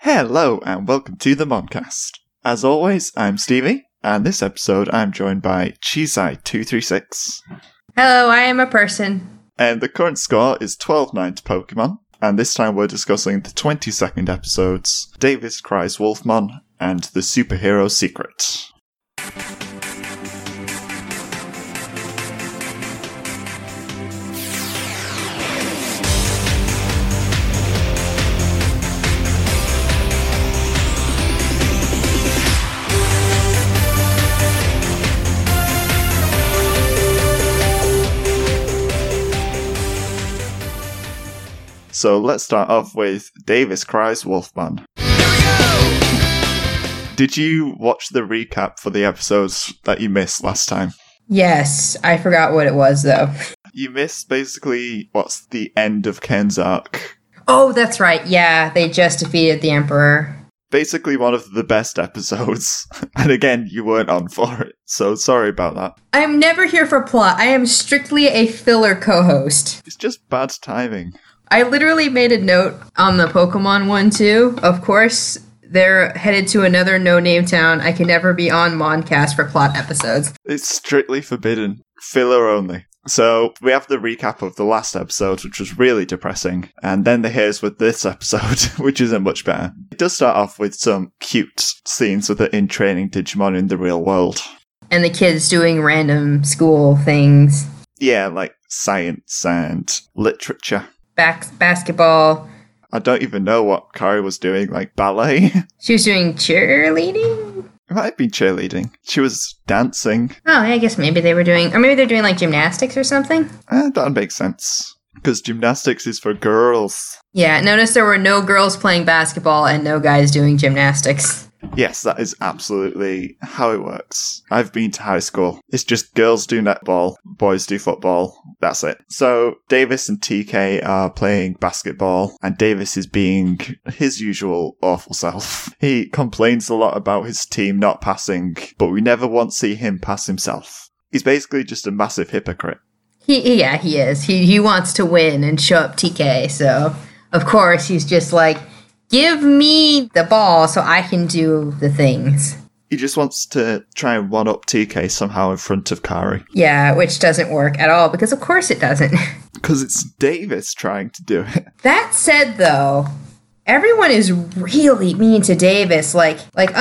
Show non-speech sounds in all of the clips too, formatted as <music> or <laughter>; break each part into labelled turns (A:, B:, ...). A: Hello, and welcome to the Moncast. As always, I'm Stevie, and this episode I'm joined by Cheeseye236.
B: Hello, I am a person.
A: And the current score is 12 9 to Pokemon, and this time we're discussing the 22nd episodes Davis Cries Wolfmon and The Superhero Secret. So let's start off with Davis Cries Wolfman. Did you watch the recap for the episodes that you missed last time?
B: Yes, I forgot what it was though.
A: You missed basically what's the end of Ken's arc.
B: Oh, that's right. Yeah, they just defeated the Emperor.
A: Basically, one of the best <laughs> episodes. and again, you weren't on for it, so sorry about that.
B: I'm never here for plot. I am strictly a filler co host.
A: It's just bad timing.
B: I literally made a note on the Pokemon one too. Of course, they're headed to another no name town. I can never be on Moncast for plot episodes.
A: It's strictly forbidden, filler only. So we have the recap of the last episode, which was really depressing, and then the here's with this <laughs> episode, which isn't much better. It does start off with some cute scenes with it in training Digimon in the real world.
B: And the kids doing random school things
A: Yeah, like science and literature.
B: Back- basketball.
A: I don't even know what Kari was doing, like ballet. <laughs> it
B: She was doing cheerleading?
A: might have been cheerleading. She was dancing.
B: Oh, I guess maybe they were doing, or maybe they're doing like gymnastics or something.
A: Eh, that makes sense. Because gymnastics is for girls.
B: Yeah, notice there were no girls playing basketball and no guys doing gymnastics.
A: Yes, that is absolutely how it works. I've been to high school. It's just girls do netball, boys do football. That's it. So Davis and TK are playing basketball, and Davis is being his usual awful self. <laughs> He complains a lot about his team not passing, but we never once see him pass himself. He's basically just a massive hypocrite.
B: He, he- yeah, he is. He he wants to win and show up TK. So of course he's just like, give me the ball so I can do the things.
A: He just wants to try and one up TK somehow in front of Kari.
B: Yeah, which doesn't work at all because of course it doesn't. <laughs>
A: Because it's Davis trying to do it. <laughs>
B: That said, though, everyone is really mean to Davis, like like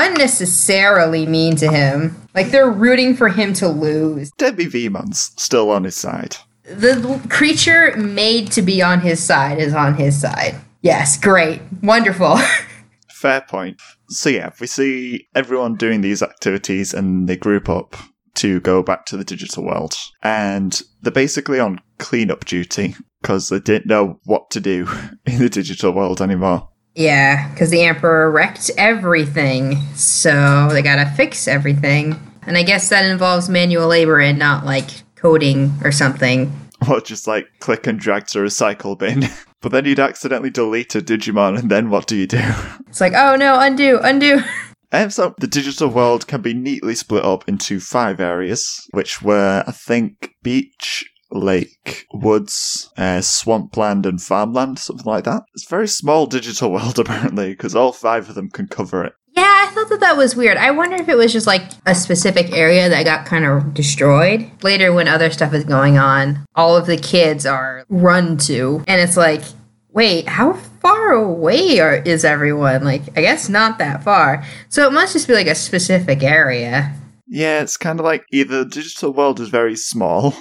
B: unnecessarily mean to him. Like they're rooting for him to lose.
A: Debbie Veman's still on his side.
B: The l- creature made to be on his side is on his side. Yes, great, wonderful. <laughs>
A: Fair point. So yeah, we see everyone doing these activities and they group up to go back to the digital world. And they're basically on cleanup duty because they didn't know what to do <laughs> in the digital world anymore. <laughs>
B: yeah, because the emperor wrecked everything, so they gotta fix everything. And I guess that involves manual labor and not like coding or something.
A: Or just like click and drag to recycle bin. <laughs> but then you'd accidentally delete a Digimon and then what do you do?
B: It's like, oh no, undo, undo. <laughs>
A: Um, so the digital world can be neatly split up into five areas, which were, I think, beach, lake, woods, uh, swampland, and farmland, something like that. It's a very small digital <laughs> world, apparently, because all five of them can cover it.
B: Yeah, I thought that that was weird. I wonder if it was just like a specific area that got kind of destroyed. Later, when other stuff is going on, all of the kids are run to, and it's like, wait, how far away are, is everyone? Like, I guess not that far. So it must just be like a specific area.
A: Yeah, it's kind of like either the digital world is very small,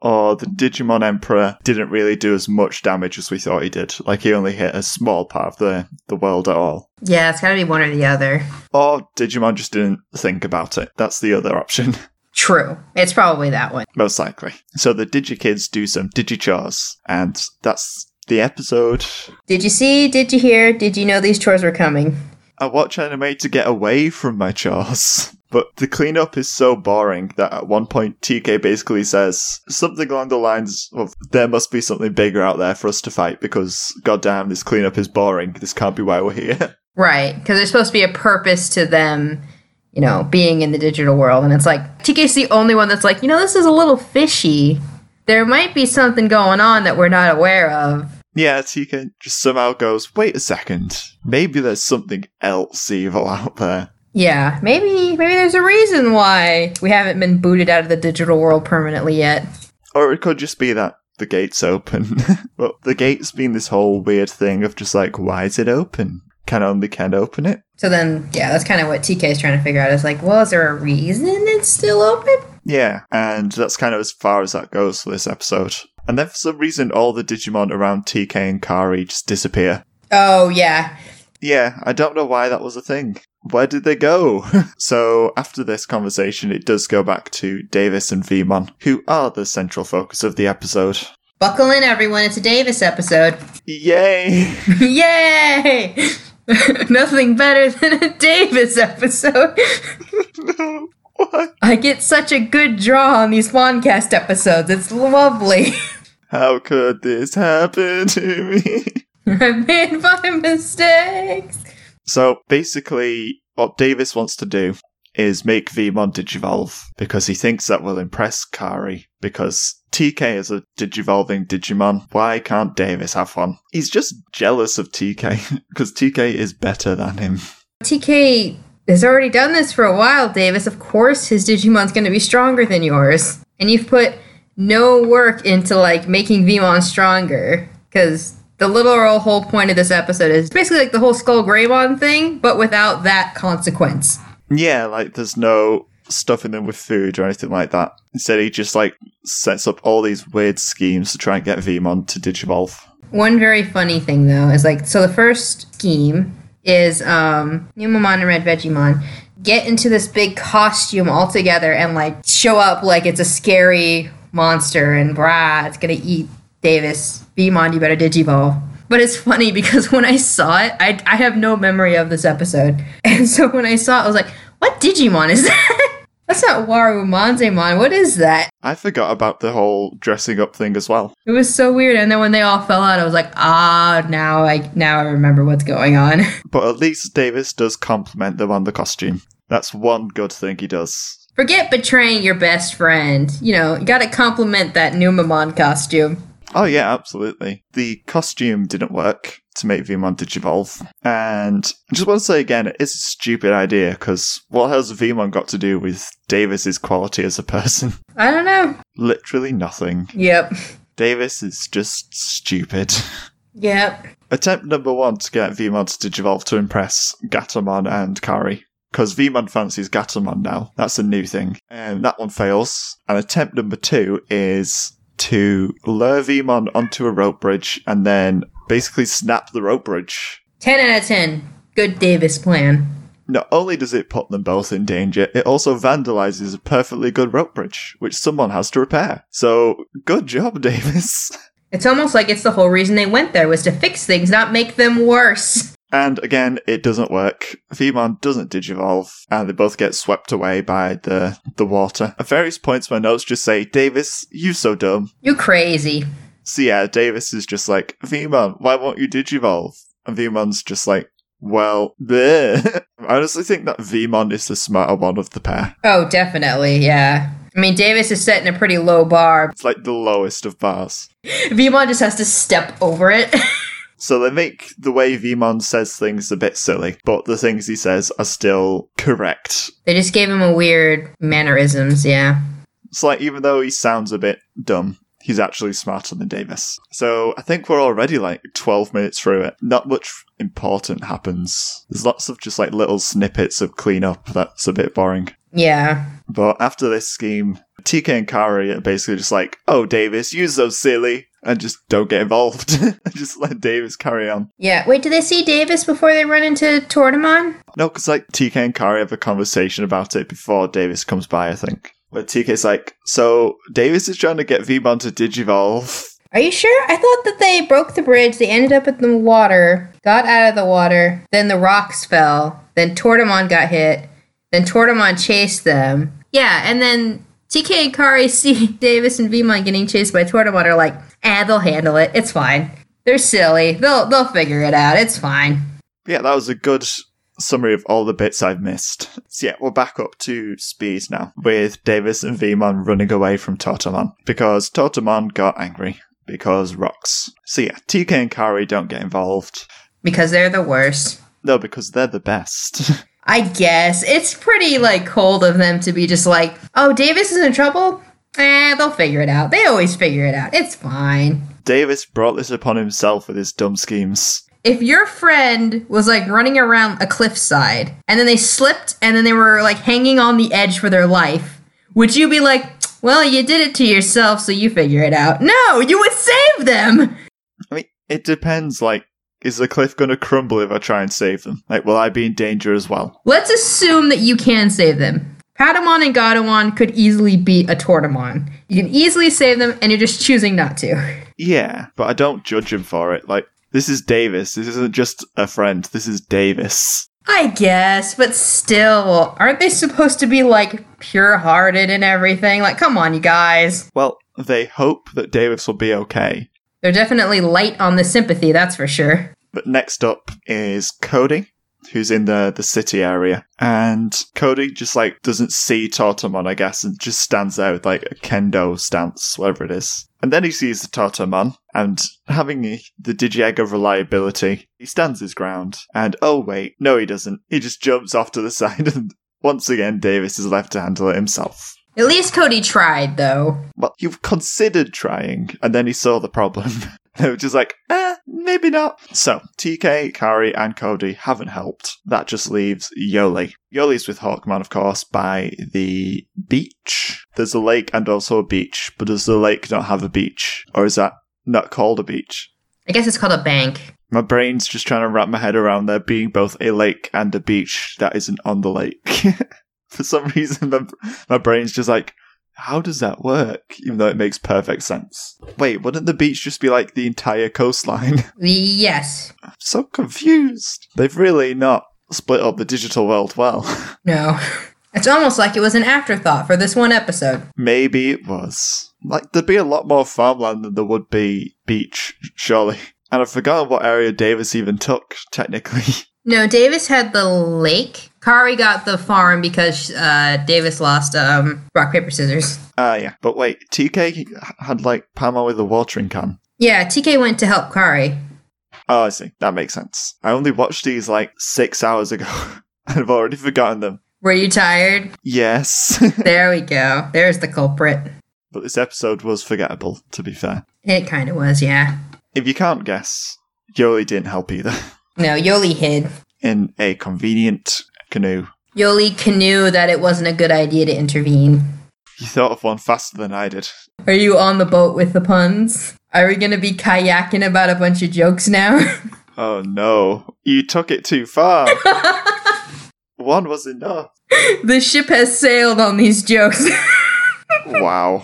A: or the Digimon Emperor didn't really do as much damage as we thought he did. Like, he only hit a small part of the, the world at all.
B: Yeah, it's gotta be one or the other.
A: Or Digimon just didn't think about it. That's the other option. <laughs>
B: True. It's probably that one.
A: Most likely. So the DigiKids do some DigiChores, and that's the episode.
B: Did you see? Did you hear? Did you know these chores were coming?
A: I watch anime to get away from my chores. <laughs> But the cleanup is so boring that at one point TK basically says something along the lines of there must be something bigger out there for us to fight because goddamn this cleanup is boring. This can't be why we're here. <laughs>
B: Right, because there's supposed to be a purpose to them, you know, being in the digital world. And it's like, TK's the only one that's like, you know, this is a little fishy. There might be something going on that we're not aware of.
A: Yeah, TK just somehow goes, wait a second, maybe there's something else evil out there.
B: Yeah, maybe maybe there's a reason why we haven't been booted out of the digital world permanently yet.
A: Or it could just be that the gate's open. <laughs> but the gate's been this whole weird thing of just like, why is it open? Can only can open it?
B: So then, yeah, that's kind of what TK is trying to figure out. Is like, well, is there a reason it's still open?
A: Yeah, and that's kind of as far as that goes for this episode. And then for some reason, all the Digimon around TK and Kari just disappear.
B: Oh yeah,
A: Yeah, I don't know why that was a thing. Where did they go? <laughs> so after this conversation, it does go back to Davis and Vemon, who are the central focus of the episode.
B: buckle in, everyone. It's a Davis episode.
A: Yay! <laughs>
B: Yay! <laughs> Nothing better than a Davis episode.
A: no, what?
B: I get such a good draw on these Swancast episodes. It's lovely. <laughs>
A: How could this happen to me? <laughs>
B: I made my mistakes.
A: So basically, what Davis wants to do is make Vemon digivolve because he thinks that will impress Kari. Because TK is a digivolving Digimon, why can't Davis have one? He's just jealous of <laughs> TK because TK is better than him.
B: TK has already done this for a while, Davis. Of course, his Digimon's going to be stronger than yours, and you've put no work into like making Vmon stronger because the literal whole point of this episode is basically like the whole Skull Greymon thing, but without that consequence.
A: Yeah, like there's no stuffing them with food or anything like that. Instead, he just like sets up all these weird schemes to try and get Vemon to digivolve.
B: One very funny thing though is like so the first scheme is um Numamon and Red Vegemon get into this big costume all together and like show up like it's a scary monster and brah it's gonna eat Davis. Vemon, you better digivolve. But it's funny because <laughs> when I saw it, I, I have no memory of this episode. <laughs> And so when I saw it, I was like, what Digimon is that? <laughs> That's not Waru Manzemon. What is that?
A: I forgot about the whole dressing up thing as well.
B: It was so weird. And then when they all fell out, I was like, ah, now I now I remember what's going on. <laughs>
A: But at least Davis does compliment them on the costume. That's one good thing he does.
B: Forget betraying your best friend. You know, you gotta compliment that Numamon costume.
A: Oh yeah, absolutely. The costume didn't work to make Vemon digivolve, and I just want to say again, it is a stupid idea because what has Vemon got to do with Davis's quality as a person? <laughs>
B: I don't know.
A: Literally nothing.
B: Yep.
A: Davis is just stupid. <laughs>
B: Yep.
A: Attempt number one to get Vemon to digivolve to impress Gatomon and Kari. Because Vemon fancies Gatomon now. That's a new thing. And that one fails. And attempt number two is to lure Vemon onto a rope bridge and then basically snap the rope bridge.
B: Ten out of ten. Good Davis plan.
A: Not only does it put them both in danger, it also vandalizes a perfectly good rope bridge, which someone has to repair. So, good job, <laughs> Davis.
B: It's almost like it's the whole reason they went there was to fix things, not make them worse.
A: And again, it doesn't work. Vemon doesn't digivolve, and they both get swept away by the the water. At various points, my notes just say, "Davis, you so dumb."
B: You crazy.
A: So yeah, Davis is just like, "Vemon, why won't you digivolve?" And Vemon's just like, "Well, bleh." <laughs> I honestly think that Vemon is the smarter one of the pair.
B: Oh, definitely, yeah. I mean, Davis is setting a pretty low bar.
A: It's like the lowest of bars.
B: Vemon just has to step over it. <laughs>
A: So they make the way Vemon says things a bit silly, but the things he says are still correct
B: They just gave him a weird mannerisms, yeah.
A: It's like even though he sounds a bit dumb, he's actually smarter than Davis. So I think we're already like 12 minutes through it. Not much important happens. There's lots of just like little snippets of cleanup that's a bit boring.
B: Yeah.
A: But after this scheme, TK and Kari are basically just like, oh, Davis, you're so silly. And just don't get involved. <laughs> just let Davis carry on.
B: Yeah. Wait, do they see Davis before they run into Tortamon?
A: No, because like TK and Kari have a conversation about it before Davis comes by, I think. Where TK's like, so Davis is trying to get Vemon to digivolve.
B: Are you sure? I thought that they broke the bridge, they ended up in the water, got out of the water, then the rocks fell, then Tortamon got hit, then Tortamon chased them. Yeah, and then TK and Kari <laughs> see Davis and Vemon getting chased by Tortamon are like, eh, they'll handle it. It's fine. They're silly. They'll they'll figure it out. It's fine.
A: yeah, that was a good summary of all the bits I've missed. So yeah, we're back up to speed now with Davis and Vemon running away from Tortomon because Tortomon got angry because rocks. So yeah, TK and Kari don't get involved.
B: because they're the worst.
A: No, because they're the best. <laughs>
B: I guess it's pretty like cold of them to be just like, "Oh, Davis is in trouble." Eh, they'll figure it out. They always figure it out. It's fine.
A: Davis brought this upon himself with his dumb schemes.
B: If your friend was like running around a cliffside and then they slipped and then they were like hanging on the edge for their life, would you be like, "Well, you did it to yourself, so you figure it out"? No, you would save them.
A: I mean, it depends, like, is the cliff going to crumble if I try and save them? Like, will I be in danger as well?
B: Let's assume that you can save them. Patamon and Gadamon could easily beat a Tortamon. You can easily save them, and you're just choosing not to.
A: Yeah, but I don't judge him for it. Like, this is Davis. This isn't just a friend. This is Davis.
B: I guess, but still, aren't they supposed to be like pure hearted and everything? Like, come on, you guys.
A: Well, they hope that Davis will be okay.
B: They're definitely light on the sympathy, that's for sure.
A: But next up is Cody, who's in the, the city area. And Cody just like doesn't see Tortomon, I guess, and just stands there with like a kendo stance, whatever it is. And then he sees the Tortomon, and having the, the Digiegg of reliability, he stands his ground. And oh wait, no he doesn't. He just jumps off to the <laughs> side and once again Davis is left to handle it himself.
B: At least Cody tried, though.
A: Well, you've considered trying, and then he saw the problem. <laughs> they were just like, eh, maybe not. So, TK, Kari, and Cody haven't helped. That just leaves Yoli. Yoli's with Hawkman, of course, by the beach. There's a lake and also a beach, but does the lake not have a beach? Or is that not called a beach?
B: I guess it's called a bank.
A: My brain's just trying to wrap my head around there being both a lake and a beach that isn't on the lake. <laughs> For some reason, my, my brain's just like, how does that work? Even though it makes perfect sense. Wait, wouldn't the beach just be like the entire coastline? <laughs>
B: Yes.
A: I'm so confused. They've really not split up the digital world well. <laughs>
B: No. <laughs> It's almost like it was an afterthought for this one episode.
A: Maybe it was. Like, there'd be a lot more farmland than there would be beach, surely. And I've forgotten what area Davis even took, technically. <laughs>
B: No, Davis had the lake. Kari got the farm because uh, Davis lost um, rock, paper, scissors.
A: Ah, yeah. But wait, TK had like Pamo with a watering can.
B: Yeah, TK went to help Kari.
A: Oh, I see. That makes sense. I only watched these like six hours ago, <laughs> and I've already forgotten them.
B: Were you tired?
A: <laughs> Yes,
B: There we go. There's the culprit.
A: but this episode was forgettable. To be fair,
B: It kind of was, yeah.
A: if you can't guess, Yoli didn't help either. <laughs>
B: No, Yoli hid.
A: In a convenient canoe,
B: Yoli knew that it wasn't a good idea to intervene.
A: you thought of one faster than I did.
B: Are you on the boat with the puns? Are we gonna be kayaking about a bunch of jokes now? <laughs>
A: Oh no, you took it too far. one was enough.
B: the ship has sailed on these jokes. <laughs>
A: Wow.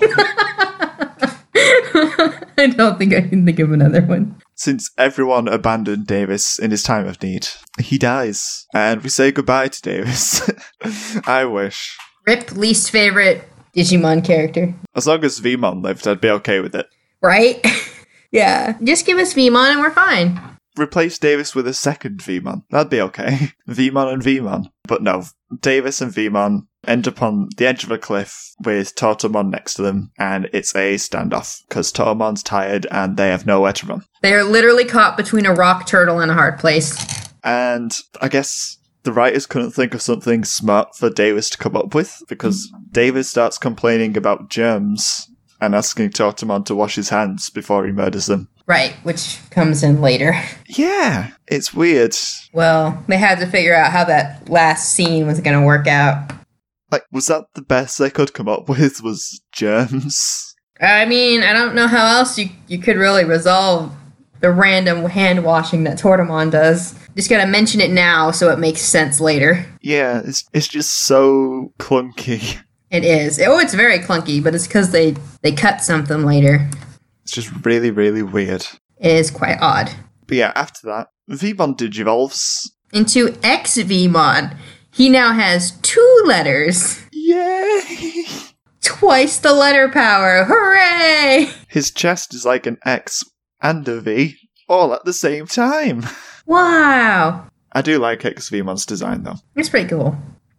B: I don't think I can think of another one.
A: Since everyone abandoned Davis in his time of need, he dies. And we say goodbye to Davis. <laughs> I wish.
B: Rip, least favorite Digimon character.
A: As long as Vemon lived, I'd be okay with it.
B: Right? <laughs> yeah. Just give us Vemon and we're fine.
A: Replace Davis with a second Vemon. That'd be okay. <laughs> Vemon and Vemon. But no, Davis and Vemon end up on the edge of a cliff with Tortomon next to them, and it's a standoff because Tortomon's tired and they have nowhere to run.
B: They are literally caught between a rock turtle and a hard place.
A: And I guess the writers couldn't think of something smart for Davis to come up with because Davis starts complaining about germs and asking Tortomon to wash his hands before he murders them.
B: Right, which comes in later. <laughs>
A: Yeah, it's weird.
B: Well, they had to figure out how that last scene was going to work out.
A: Like, was that the best they could come up <laughs> with? Was germs?
B: I mean, I don't know how else you, you could really resolve the random hand washing that Tortamon does. Just gotta mention it now so it makes sense later.
A: Yeah, it's it's just so clunky. <laughs>
B: It is. Oh, it's very clunky, but it's because they, they cut something later.
A: It's just really, really weird.
B: It is quite odd.
A: But yeah, after that, Vibon digivolves.
B: Into XVmon. He now has two letters,
A: Yay! <laughs>
B: twice the letter power. Hooray!
A: His chest is like an X and a V all at the same time.
B: Wow.
A: I do like XVmon's design though.
B: That's pretty cool.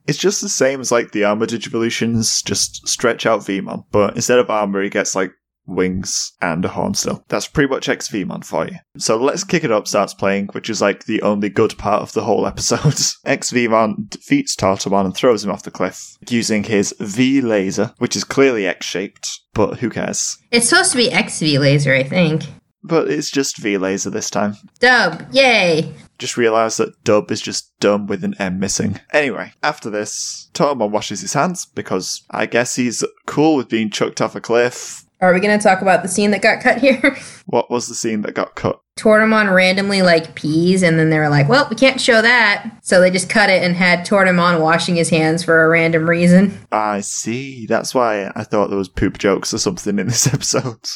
A: It's just the same as like the armor digivolutions, just stretch out Vmon, but instead of armor, he gets like wings, and a horn still. That's pretty much XV Man for you. So Let's Kick It Up starts playing, which is like the only good part of the whole episode. <laughs> XV Man defeats Tartamon and throws him off the cliff using his V laser, which is clearly X shaped, but who cares?
B: It's supposed to be XV laser, I think.
A: But it's just V laser this time.
B: Dub, yay!
A: Just realised that dub is just dumb with an M missing. Anyway, after this, Tormund washes his hands because I guess he's cool with being chucked off a cliff.
B: Are we gonna talk about the scene that got cut <laughs> here?
A: What was the scene that got cut?
B: Tortamon randomly like pees, and then they were like, "Well, we can't show that," so they just cut it and had Tortamon washing his hands for a random reason. <laughs>
A: I see. That's why I thought there was poop jokes or something in this <laughs> episode.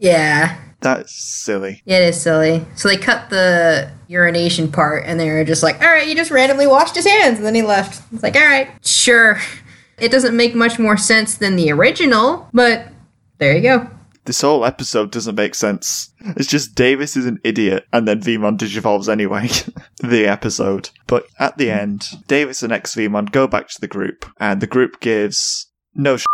B: Yeah,
A: That's silly.
B: it is silly. So they cut the urination part, and they were just like, "All right, he just randomly washed his hands," and then he left. It's like, "All right, sure." <laughs> It doesn't make much more sense than the original, but there you go.
A: This whole episode doesn't make sense. It's just Davis is an idiot, and then Vemon digivolves anyway. <laughs> the episode. But at the end, Davis and ex Vemon go back to the group, and the group gives no sh-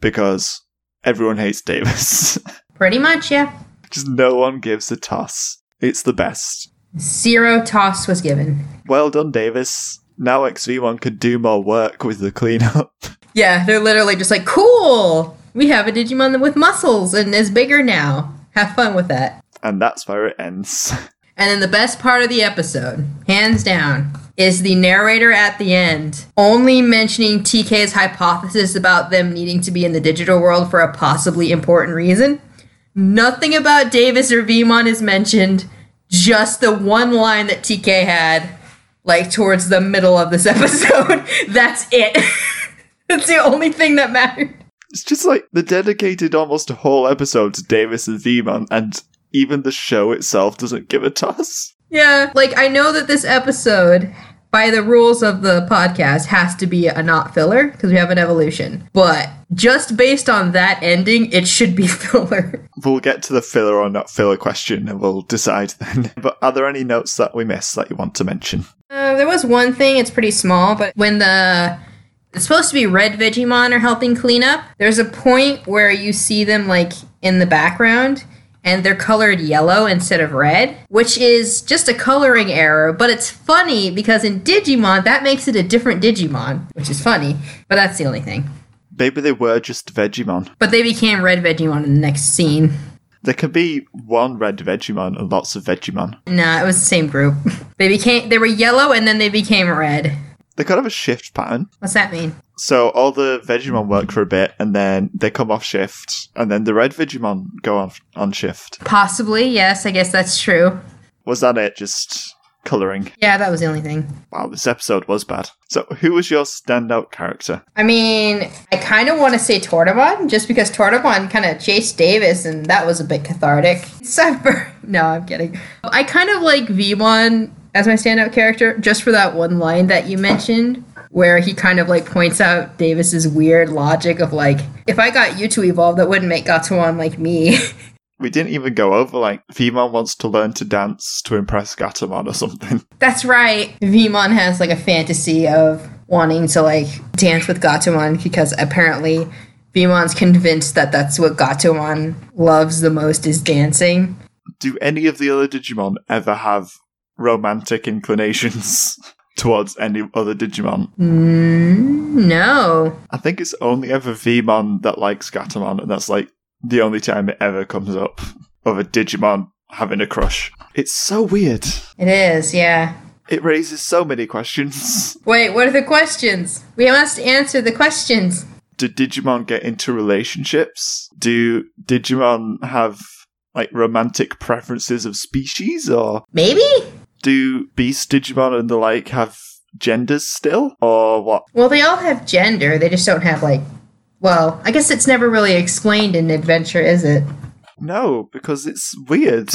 A: because everyone hates Davis. <laughs>
B: Pretty much, yeah.
A: just no one gives a toss. It's the best.
B: Zero toss was given.
A: Well done, Davis. Now ex Vemon could do more work with the cleanup. <laughs>
B: Yeah, they're literally just like, cool, we have a Digimon with muscles and is bigger now. Have fun with that.
A: and that's where it ends. <laughs>
B: And then the best part of the episode, hands down, is the narrator at the end only mentioning TK's hypothesis about them needing to be in the digital world for a possibly important reason. Nothing about Davis or Vemon is mentioned, just the one line that TK had, like towards the middle of this <laughs> episode. That's it. <laughs> That's the only thing that mattered.
A: It's just like they dedicated almost a whole episode to Davis and V-Man, and even the show itself doesn't give a toss.
B: Yeah, like I know that this episode, by the rules of the podcast, has to be a not filler because we have an evolution. But just based on that ending, it should be <laughs> filler.
A: We'll get to the filler or not filler question and we'll decide then. <laughs> But are there any notes that we missed that you want to mention?
B: Uh, there was one thing; it's pretty small, but when the it's supposed to be Red Digimon are helping clean up. There's a point where you see them like in the background. And they're colored yellow instead of red, which is just a coloring error, but it's funny because in Digimon, that makes it a different Digimon, which is funny, but that's the only thing.
A: Maybe they were just Vegemon.
B: But they became Red Vegemon in the next scene.
A: There could be one red Vegemon and lots of Vegemon.
B: Nah, uh, it was the same group. <laughs> They became they were yellow and then they became red.
A: They could have a shift pattern.
B: What's that mean?
A: So all the Vegemon work for a bit and then they come off shift and then the red Vegemon go on, on shift.
B: Possibly, yes, I guess that's true.
A: Was that it? Just colouring?
B: Yeah, that was the only thing.
A: Wow, this episode was bad. So, who was your standout character?
B: I mean, I kind of want to say Tortabon, just because Tortabon kind of chased Davis, and that was a bit cathartic. <laughs> Suffer. No, I'm kidding. I kind of like Vmon as my standout character, just for that one line that you mentioned, where he kind of like points out Davis's weird logic of like, if I got you to evolve, that wouldn't make Gatuan like me. <laughs>
A: We didn't even go over, like, Vemon wants to learn to dance to impress Gatamon or something. <laughs>
B: That's right. Vemon has like a fantasy of wanting to like dance with Gatomon because apparently Vemon's convinced that that's what Gatomon loves the most is dancing.
A: Do any of the other Digimon ever have romantic inclinations <laughs> towards any other Digimon?
B: No.
A: I think it's only ever Vemon that likes Gatamon, and that's, like, the only time it ever comes up of a Digimon having a crush. It's so weird.
B: It is, yeah.
A: It raises so many questions. <laughs>
B: Wait, what are the questions? We must answer the questions.
A: do Digimon get into relationships? Do Digimon have like romantic preferences of species, or
B: Maybe?
A: do Beast Digimon and the like have genders still, or what?
B: Well, they all have gender. They just don't have like well, I guess it's never really explained in adventure, is it?
A: No, because it's weird.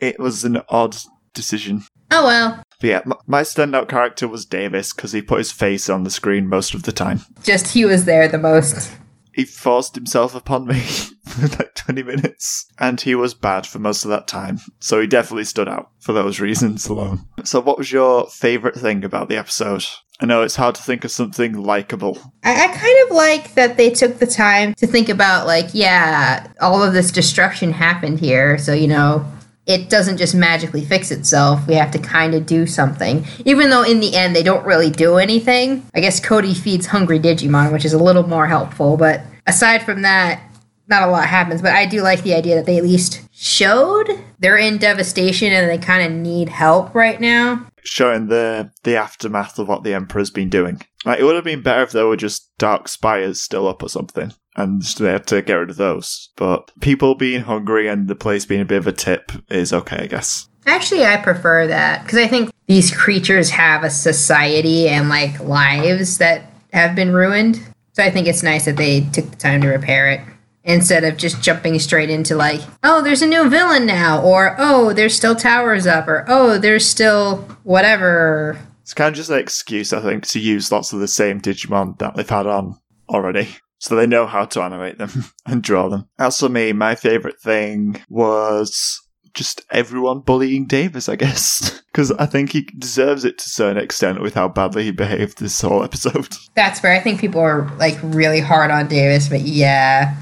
A: it was an odd decision.
B: Oh well.
A: But yeah, m- my standout character was Davis because he put his face on the screen most of the time.
B: Just he was there the most.
A: He forced himself upon me <laughs> for like 20 minutes, and he was bad for most of that time. So he definitely stood out for those reasons alone. So, what was your favourite thing about the episode? I know it's hard to think of something likable.
B: I, I kind of like that they took the time to think about, like, yeah, all of this destruction happened here, so, you know, it doesn't just magically fix itself. We have to kind of do something. Even though in the end they don't really do anything. I guess Cody feeds hungry Digimon, which is a little more helpful, but aside from that, not a lot happens. But I do like the idea that they at least showed they're in devastation and they kind of need help right now.
A: Showing the the aftermath of what the Emperor's been doing. Like it would have been better if there were just dark spires still up or something. And they had to get rid of those. But people being hungry and the place being a bit of a tip is okay, I guess.
B: Actually, I prefer that because I think these creatures have a society and like lives that have been ruined. So I think it's nice that they took the time to repair it instead of just jumping straight into like, oh, there's a new villain now, or oh, there's still towers up, or oh, there's still whatever.
A: It's kind of just an excuse, I think, to use lots of the same Digimon that they've had on already. So they know how to animate them <laughs> and draw them. As for me, my favourite thing was just everyone bullying Davis, I guess. <laughs> Because I think he deserves it to a certain extent with how badly he behaved this whole <laughs> episode.
B: That's where I think people are like really hard on Davis, but yeah,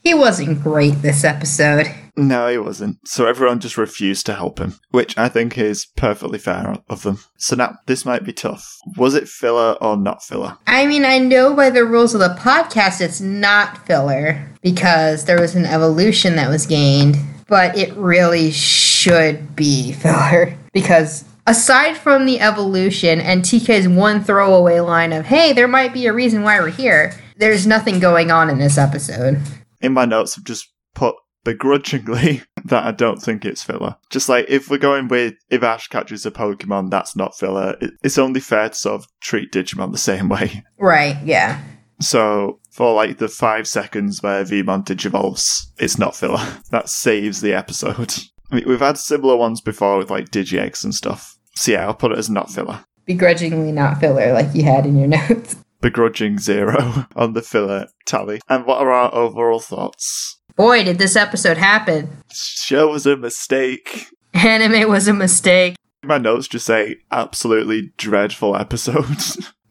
B: he wasn't great this episode.
A: No, he wasn't. So everyone just refused to help him, which I think is perfectly fair of them. So now, this might be tough. Was it filler or not filler?
B: I mean, I know by the rules of the podcast it's not filler because there was an evolution that was gained, but it really should be <laughs> filler because aside from the evolution and TK's one throwaway line of, hey, there might be a reason why we're here, there's nothing going on in this episode.
A: In my notes, I've just put begrudgingly <laughs> that I don't think it's filler. Just like if we're going with if Ash catches a Pokemon, that's not filler. It- It's only fair to sort of treat Digimon the <laughs> same way.
B: Right, yeah.
A: So for like the five seconds where Vmon digivolves, it's not filler. <laughs> That saves the episode. I mean, we've had similar ones before with like DigiX and stuff. So yeah, I'll put it as not filler.
B: Begrudgingly not filler like you had in your <laughs> notes.
A: Begrudging zero <laughs> on the filler tally. And what are our overall thoughts?
B: Boy, did this episode happen. <laughs>
A: Show was a mistake.
B: Anime was a mistake.
A: My notes just say absolutely dreadful episode.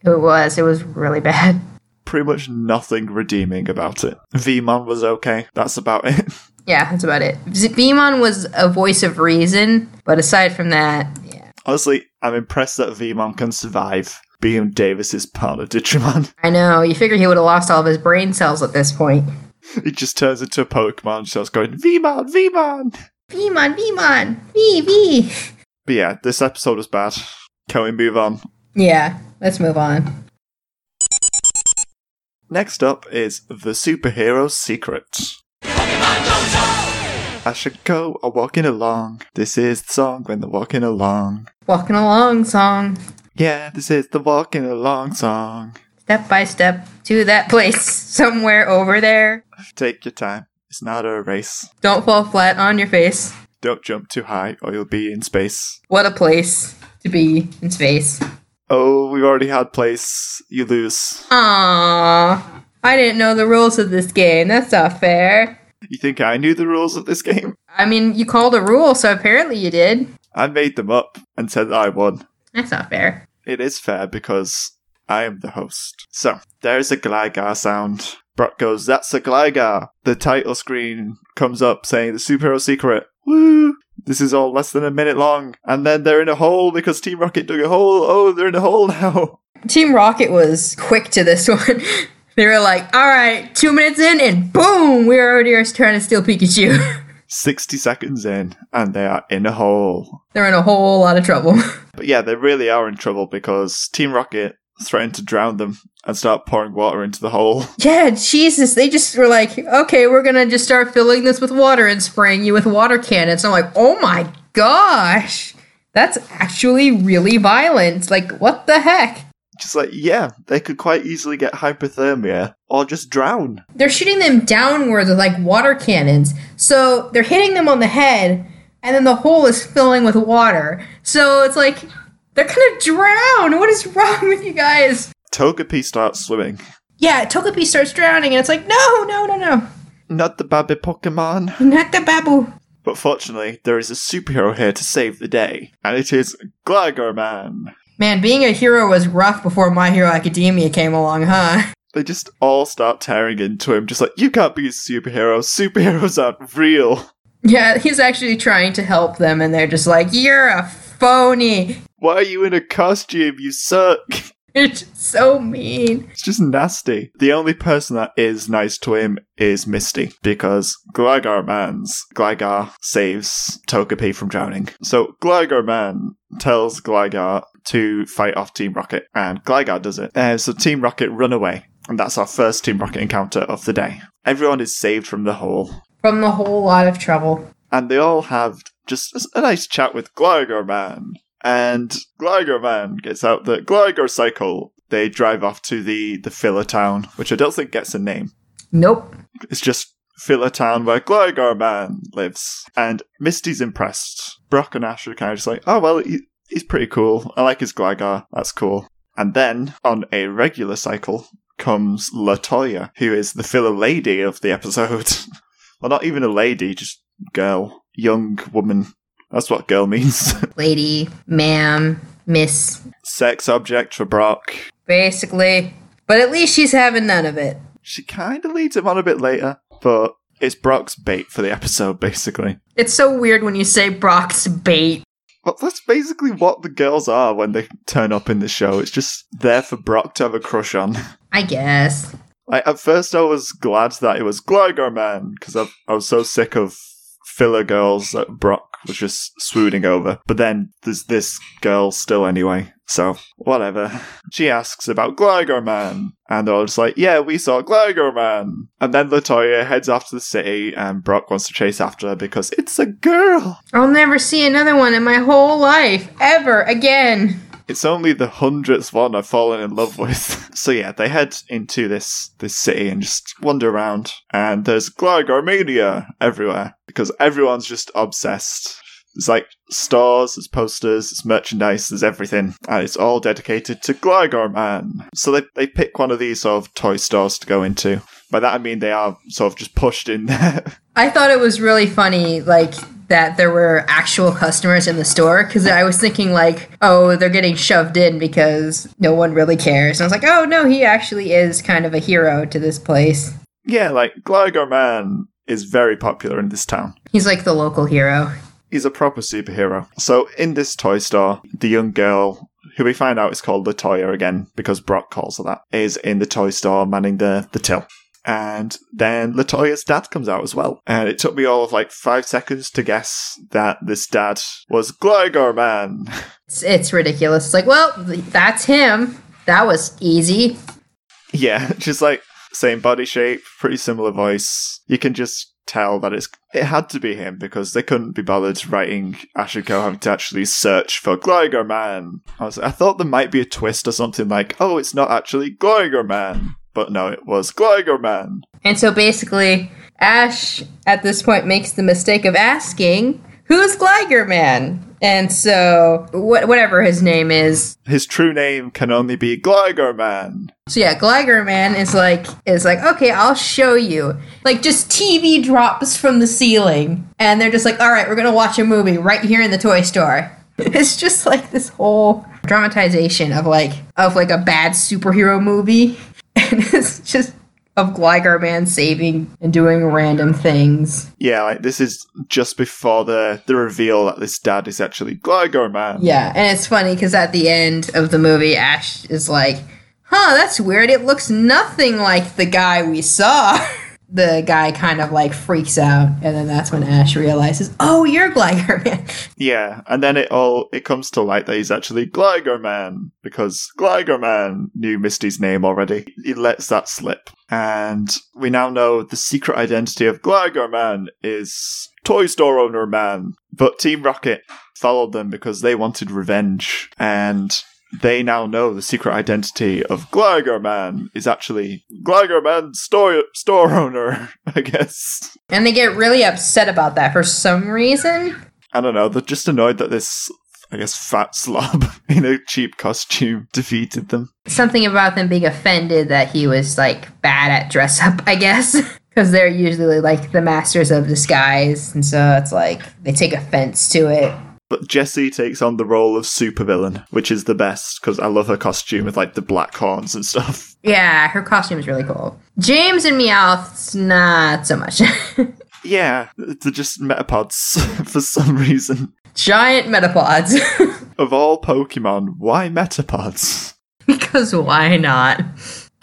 B: It was. It was really bad.
A: <laughs> Pretty much nothing redeeming about it. Vmon was okay. That's about it. <laughs>
B: Yeah, that's about it. Z- Vemon was a voice of reason, but aside from that, yeah.
A: Honestly, I'm impressed that Vmon can survive being Davis's partner Digimon. <laughs>
B: I know. You figure he would have lost all of his brain cells at this point.
A: He just turns into a Pokemon and starts going, Vmon, Vmon!
B: Vemon, Vemon, V, V.
A: But yeah, this episode was bad. Can we move on?
B: Yeah, let's move on.
A: Next up is The Superhero Secret. I should go a walking along. This is the song when they're walking along.
B: Walking along song,
A: Yeah, this is the walking along song.
B: step by step to that place somewhere over there.
A: Take your time. It's not a race.
B: Don't fall flat on your face.
A: Don't jump too high or you'll be in space.
B: What a place to be in space.
A: Oh, we've already had place. You lose.
B: Aww. I didn't know the rules of this game. That's not fair.
A: You think I knew the rules of this <laughs> game?
B: I mean, you called a rule, so apparently you did.
A: I made them up and said I won.
B: That's not fair.
A: It is fair because I am the host. So, there is a Gligar sound. Brock goes, That's a Gligar. The title screen comes up saying the superhero secret. Woo! This is all less than a minute long. And then they're in a hole because Team Rocket dug a hole. Oh, they're in a hole <laughs> now.
B: Team Rocket was quick to this <laughs> one. they were like, all right, two minutes in, and boom, we were already trying to steal Pikachu. <laughs>
A: 60 seconds in, and they are in a hole.
B: They're in a whole lot of trouble. <laughs>
A: But yeah, they really are in trouble because Team Rocket threatened to drown them and start pouring water into the hole. <laughs>
B: yeah, Jesus. They just were like, okay, we're going to just start filling this with water and spraying you with water cannons. I'm like, oh my gosh. That's actually really violent. Like, what the heck?
A: Just like, yeah, they could quite easily get hypothermia or just drown.
B: they're shooting them downwards with like water cannons. So they're hitting them on the head, and then the hole is filling with water. So it's like they're gonna drown. What is wrong with you guys?
A: Togepi starts swimming.
B: Yeah, Togepi starts drowning, and it's like, no, no, no, no,
A: Not the baby Pokemon.
B: not the babu.
A: But fortunately, there is a superhero here to save the day, and it is Gligar Man.
B: Man, being a hero was rough before My Hero Academia came along, huh? <laughs>
A: They just all start tearing into him, just like, you can't be a superhero. Superheroes aren't real.
B: Yeah, he's actually trying to help them, and they're just like, You're a phony. <laughs>
A: Why are you in a costume? You suck.
B: You're just so mean.
A: It's just nasty. The only person that is nice to him is Misty because Gligar Man's Gligar saves Togepi from drowning. So Gligar Man tells Gligar to fight off Team Rocket, and Gligar does it. Uh, so Team Rocket run away, and that's our first Team Rocket encounter of the day. Everyone is saved from the hole,
B: From the whole lot of trouble.
A: and they all have just a nice chat with Gligar Man. And Gligar Man gets out the Gligar cycle. They drive off to the the filler town, which I don't think gets a name.
B: Nope.
A: It's just filler town where Gligar Man lives. And Misty's impressed. Brock and Ash are kind of just like, oh well, he, he's pretty cool. I like his Gligar. That's cool. And then on a regular cycle comes Latoya, who is the filler lady of the episode. <laughs> well, not even a lady, just girl, young woman. That's what girl means.
B: Lady, ma'am, miss,
A: Sex object for Brock.
B: basically. But at least she's having none of it.
A: She kind of leads him on a bit later, but it's Brock's bait for the episode, basically.
B: It's so weird when you say Brock's bait.
A: But that's basically what the girls are when they turn up in the show. It's just there for Brock to have a crush on. <laughs>
B: I guess.
A: Like, at first, I was glad that it was Gligar Man because I, I was so sick of filler girls that Brock was just swooning over. But then there's this girl still anyway, so whatever. She asks about Gligar Man, and they're all just like, "Yeah, we saw Gligar Man." And then Latoya heads off to the city, and Brock wants to chase after her because it's a girl.
B: I'll never see another one in my whole life, ever again.
A: it's only the hundredth one I've fallen in love with. <laughs> so yeah, they head into this this city and just wander around, and there's Gligarmania everywhere because everyone's just obsessed. There's like stores, there's posters, there's merchandise, there's everything, and it's all dedicated to Gligar Man. So they they pick one of these sort of toy stores to go into. By that I mean they are sort of just pushed in <laughs> there.
B: I thought it was really funny, like that there were actual customers in the store because I was thinking like, oh, they're getting shoved in because no one really cares. And I was like, oh no, he actually is kind of a hero to this place.
A: yeah, like Gligar Man is very popular in this town.
B: He's like the local hero.
A: He's a proper superhero. So in this toy store, the young girl who we find out is called Latoya again because Brock calls her that is in the toy store manning the the till. And then Latoya's dad comes out as well. And it took me all of like five seconds to guess that this dad was Gligar Man. <laughs>
B: It's, it's ridiculous. It's like, well, th- that's him. That was easy.
A: yeah, <laughs> just like same body shape, pretty similar voice. You can just tell that it's it had to be him because they couldn't be bothered writing Ashiko having to actually search for Gligar Man. I was I thought there might be a twist or something like, oh, it's not actually Gligar Man, but no, it was Gligar Man.
B: And so basically, Ash at this point makes the mistake of asking, "Who's Gligar Man?" And so, wh- whatever his name is,
A: His true name can only be Gligar Man.
B: So yeah, Gligar Man is like is like, okay, I'll show you. Like just TV drops from the ceiling, and they're just like, all right, we're gonna watch a movie right here in the toy store. <laughs> it's just like this whole dramatization of like of like a bad superhero movie, <laughs> and it's just of Gligar Man saving and doing random things.
A: Yeah, like this is just before the the reveal that this dad is actually Gligar Man.
B: Yeah, and it's funny because at the end of the movie, Ash is like, "Huh, that's weird. It looks nothing like the guy we saw." <laughs> the guy kind of like freaks out, and then that's when Ash realizes, "Oh, you're Gligar Man."
A: Yeah, and then it all it comes to light that he's actually Gligar Man because Gligar Man knew Misty's name already. He lets that slip, and we now know the secret identity of Gligar Man is Toy Store Owner Man. But Team Rocket followed them because they wanted revenge, and they now know the secret identity of Gligar Man is actually Gligar Man store store owner. <laughs> I guess.
B: and they get really upset about that for some reason.
A: I don't know. They're just annoyed that this, I guess, fat slob <laughs> in a cheap costume defeated them.
B: Something about them being offended that he was like bad at dress up, I guess. <laughs> Because they're usually like the masters of disguise, and so it's like they take offense to it.
A: But Jessie takes on the role of supervillain, which is the best because I love her costume with like the black horns and stuff. <laughs>
B: Yeah, her costume is really cool. James and Meowth, not so much. <laughs>
A: Yeah, they're just metapods <laughs> for some reason.
B: Giant metapods. <laughs>
A: Of all Pokemon, why metapods?
B: because why not?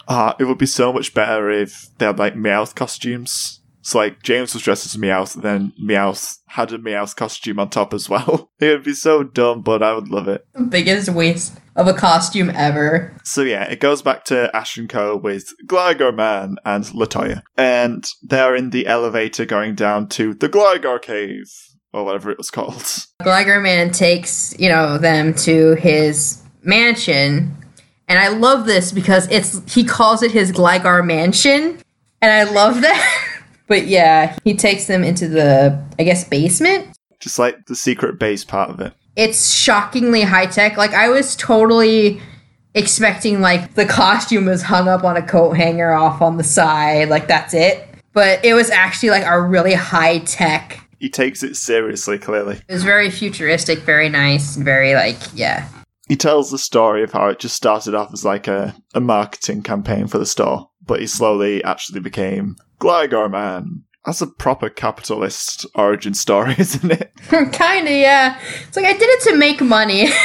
A: Ah, it would be so much better if they had like Meowth costumes. So like James was dressed as Meowth, and then Meowth had a Meowth costume on top as well. <laughs> It would be so dumb, but I would love it.
B: Biggest waste of a costume ever.
A: So yeah, it goes back to Ash and Co with Gligar Man and Latoya, and they're in the elevator going down to the Gligar Cave or whatever it was called. <laughs>
B: Gligar Man takes, you know, them to his mansion. And I love this because it's he calls it his Gligar Mansion. And I love that. <laughs> but yeah, he takes them into the I guess basement.
A: Just like the secret base part of it.
B: It's shockingly high tech. Like I was totally expecting like the costume was hung up on a coat hanger off on the side, like that's it. But it was actually like a really high tech
A: He takes it seriously, clearly.
B: It was very futuristic, very nice, and very like, yeah. <laughs>
A: he tells the story of how it just started off as like a, a marketing campaign for the store, but he slowly actually became Gligar Man. That's a proper capitalist origin story, <laughs> isn't it?
B: Kinda, yeah. It's like I did it to make money. <laughs>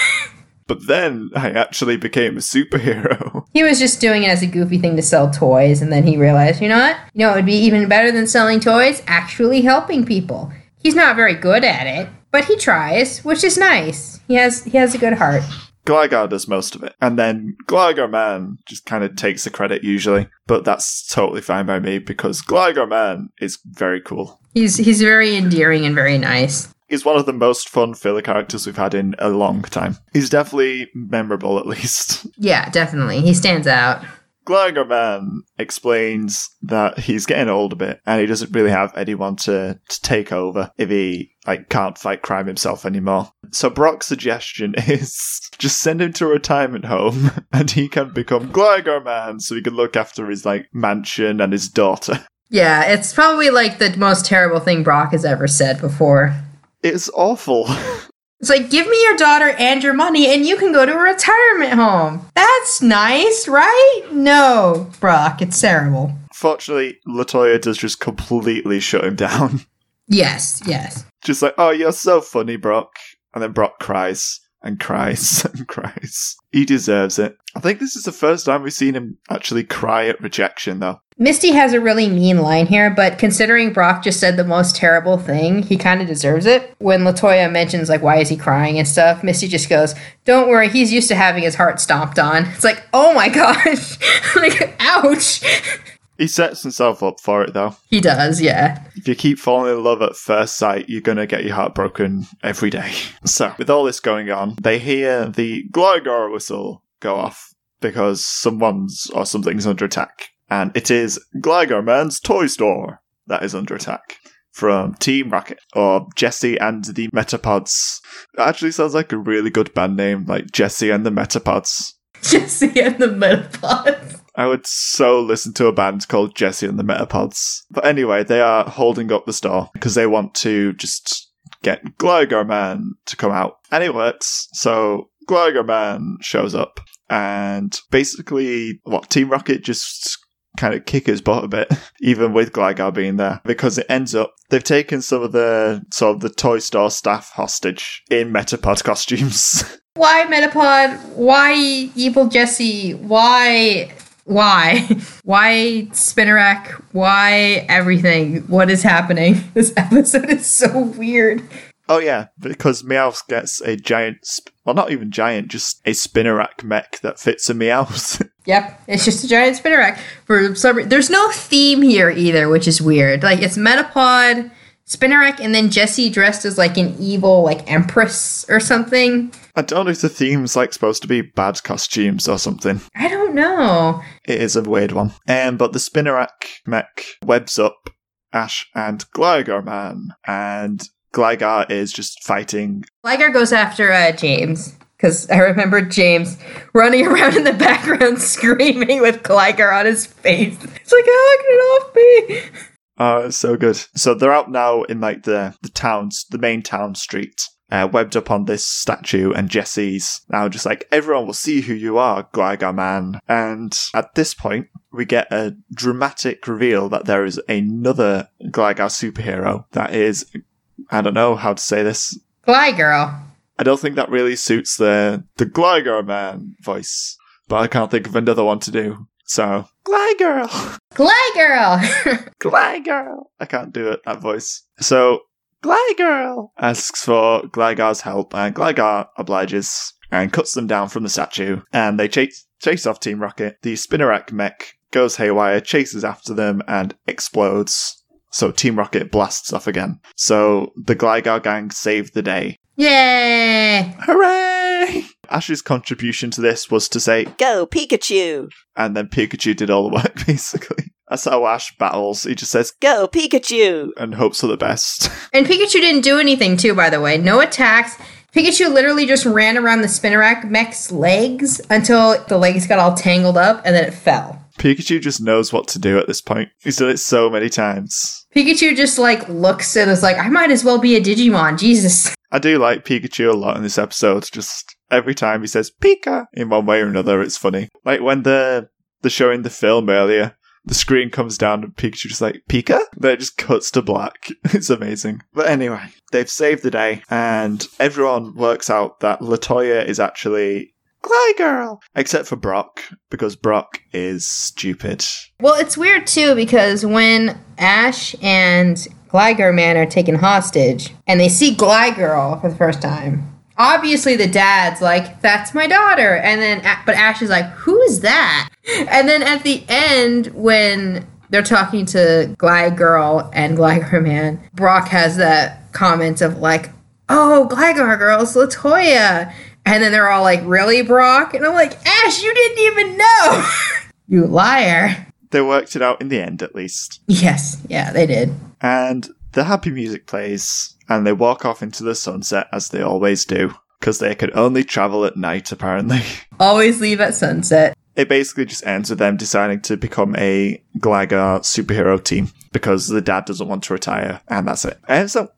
A: But then I actually became a superhero.
B: he was just doing it as a goofy thing to sell toys, and then he realized, you know what? You know, it would be even better than selling toys, actually helping people. He's not very good at it, but he tries, which is nice. He has he has a good heart.
A: Gligar does most of it, and then Gligar Man just kind of takes the credit usually, but that's totally fine by me because Gligar Man is very cool.
B: He's he's very endearing and very nice.
A: He's one of the most fun filler characters we've had in a long time. He's definitely memorable at least. <laughs>
B: Yeah, definitely. He stands out.
A: Gligar Man explains that he's getting old a bit and he doesn't really have anyone to, to take over if he like can't fight crime himself anymore. So Brock's suggestion <laughs> is just send him to a retirement home <laughs> and he can become Gligar Man so he can look after his like mansion and his daughter.
B: Yeah, it's probably like the most terrible thing Brock has ever said before.
A: It's awful. <laughs>
B: It's like, give me your daughter and your money, and you can go to a retirement home. That's nice, right? No, Brock, it's terrible.
A: Fortunately, Latoya does just completely shut him down.
B: Yes, yes.
A: Just like, oh, you're so funny, Brock. And then Brock cries and cries <laughs> and cries. He deserves it. I think this is the first time we've seen him actually cry at rejection, though.
B: Misty has a really mean line here, but considering Brock just said the most terrible thing, he kind of deserves it. When Latoya mentions, like, why is he crying and stuff, Misty just goes, Don't worry, he's used to having his heart stomped on. It's like, oh my <laughs> gosh. like, ouch.
A: He sets himself up for it, though.
B: He does, yeah. <laughs>
A: If you keep falling in love at first sight, you're going to get your heart broken every day. <laughs> So, with all this going on, they hear the Gligar whistle go off because someone's or something's under attack. And it is Gligar Man's toy store that is under attack from Team Rocket or Jesse and the Metapods. That actually sounds like a really good band name, like Jesse and the Metapods.
B: Jesse and the Metapods.
A: I would so listen to a band called Jesse and the Metapods. But anyway, they are holding up the store because they want to just get Gligar Man to come out. And it works. So Gligar Man shows up and basically, what, Team Rocket just kind of kick his butt a bit, <laughs> even with Gligar being there, because it ends up they've taken some of the sort of the toy store staff hostage in Metapod costumes. <laughs>
B: Why Metapod? Why Evil Jesse? Why? Why? <laughs> Why Spinnerack? Why everything? What is happening? <laughs> This episode is so weird.
A: Oh yeah, because Meowth gets a giant, sp- well not even giant, just a Spinnerack mech that fits a Meowth. <laughs>
B: Yep, it's just a giant Spinnerack. For some, re- there's no theme here either, which is weird. Like it's Metapod, Spinnerack, and then Jesse dressed as like an evil like empress or something.
A: I don't know if the theme's like supposed to be bad costumes or something.
B: I don't know.
A: It is a weird one. Um, but the Spinnerack mech webs up Ash and Gligar Man, and Gligar is just fighting.
B: Liger goes after uh, James because I remember James running <laughs> around in the background <laughs> screaming with Gligar on his face. It's like, oh, get it off me!
A: Oh, it's so good. So they're out now in like the the town's the main town street. uh, webbed up on this statue, and Jesse's now just like, everyone will see who you are, Glygar Man. And at this point, we get a dramatic reveal that there is another Glygar superhero that is, I don't know how to say this.
B: Fly girl.
A: I don't think that really suits the the Glygar Man voice, but I can't think of another one to do. So <laughs> Glygirl,
B: Fly girl.
A: Glygirl. I can't do it that voice. So Glygirl asks for Glygar's help, and Glygar obliges and cuts them down from the statue. And they chase chase off Team Rocket. The Spinnerack mech goes haywire, chases after them, and explodes. So Team Rocket blasts off again. So the Glygar gang saved the day.
B: <laughs> Yay.
A: Hooray! Ash's contribution to this was to say,
C: Go, Pikachu!
A: and then Pikachu did all the work, <laughs> basically. That's how Ash battles. He just says,
C: Go, Pikachu!
A: and hopes for the best.
B: And Pikachu didn't do anything too, by the way. No attacks. Pikachu literally just ran around the Spinnerack mech's legs until the legs got all tangled up and then it fell.
A: Pikachu just knows what to do at this point. He's done it so many times.
B: Pikachu just like looks and is like, I might as well be a Digimon, Jesus.
A: I do like Pikachu a lot in this episode. Just every time he says Pika in one way or another, it's funny. Like when the the showing the film earlier, the screen comes down and Pikachu just like Pika. Then it just cuts to black. <laughs> It's amazing. But anyway, they've saved the day, and everyone works out that Latoya is actually Glygirl, except for Brock because Brock is stupid.
B: Well, it's weird too because when Ash and Gligar Man are taken hostage and they see Glygirl for the first time, obviously the dad's like, "That's my daughter," and then A- but Ash is like, "Who is that?" <laughs> And then at the end when they're talking to Glygirl and Gligar Man, Brock has that comment of like, "Oh, Gligar Girl's Latoya," and then they're all like, "Really, Brock?" And I'm like, "Ash, you didn't even know." <laughs> You liar.
A: They worked it out in the end, at least.
B: Yes, yeah, they did.
A: and the happy music plays, and they walk off into the sunset as they always do, because they could only travel at night, apparently. <laughs>
B: Always leave at sunset.
A: It basically just ends with them deciding to become a Gligar superhero team because the dad doesn't want to retire, and that's it. And so,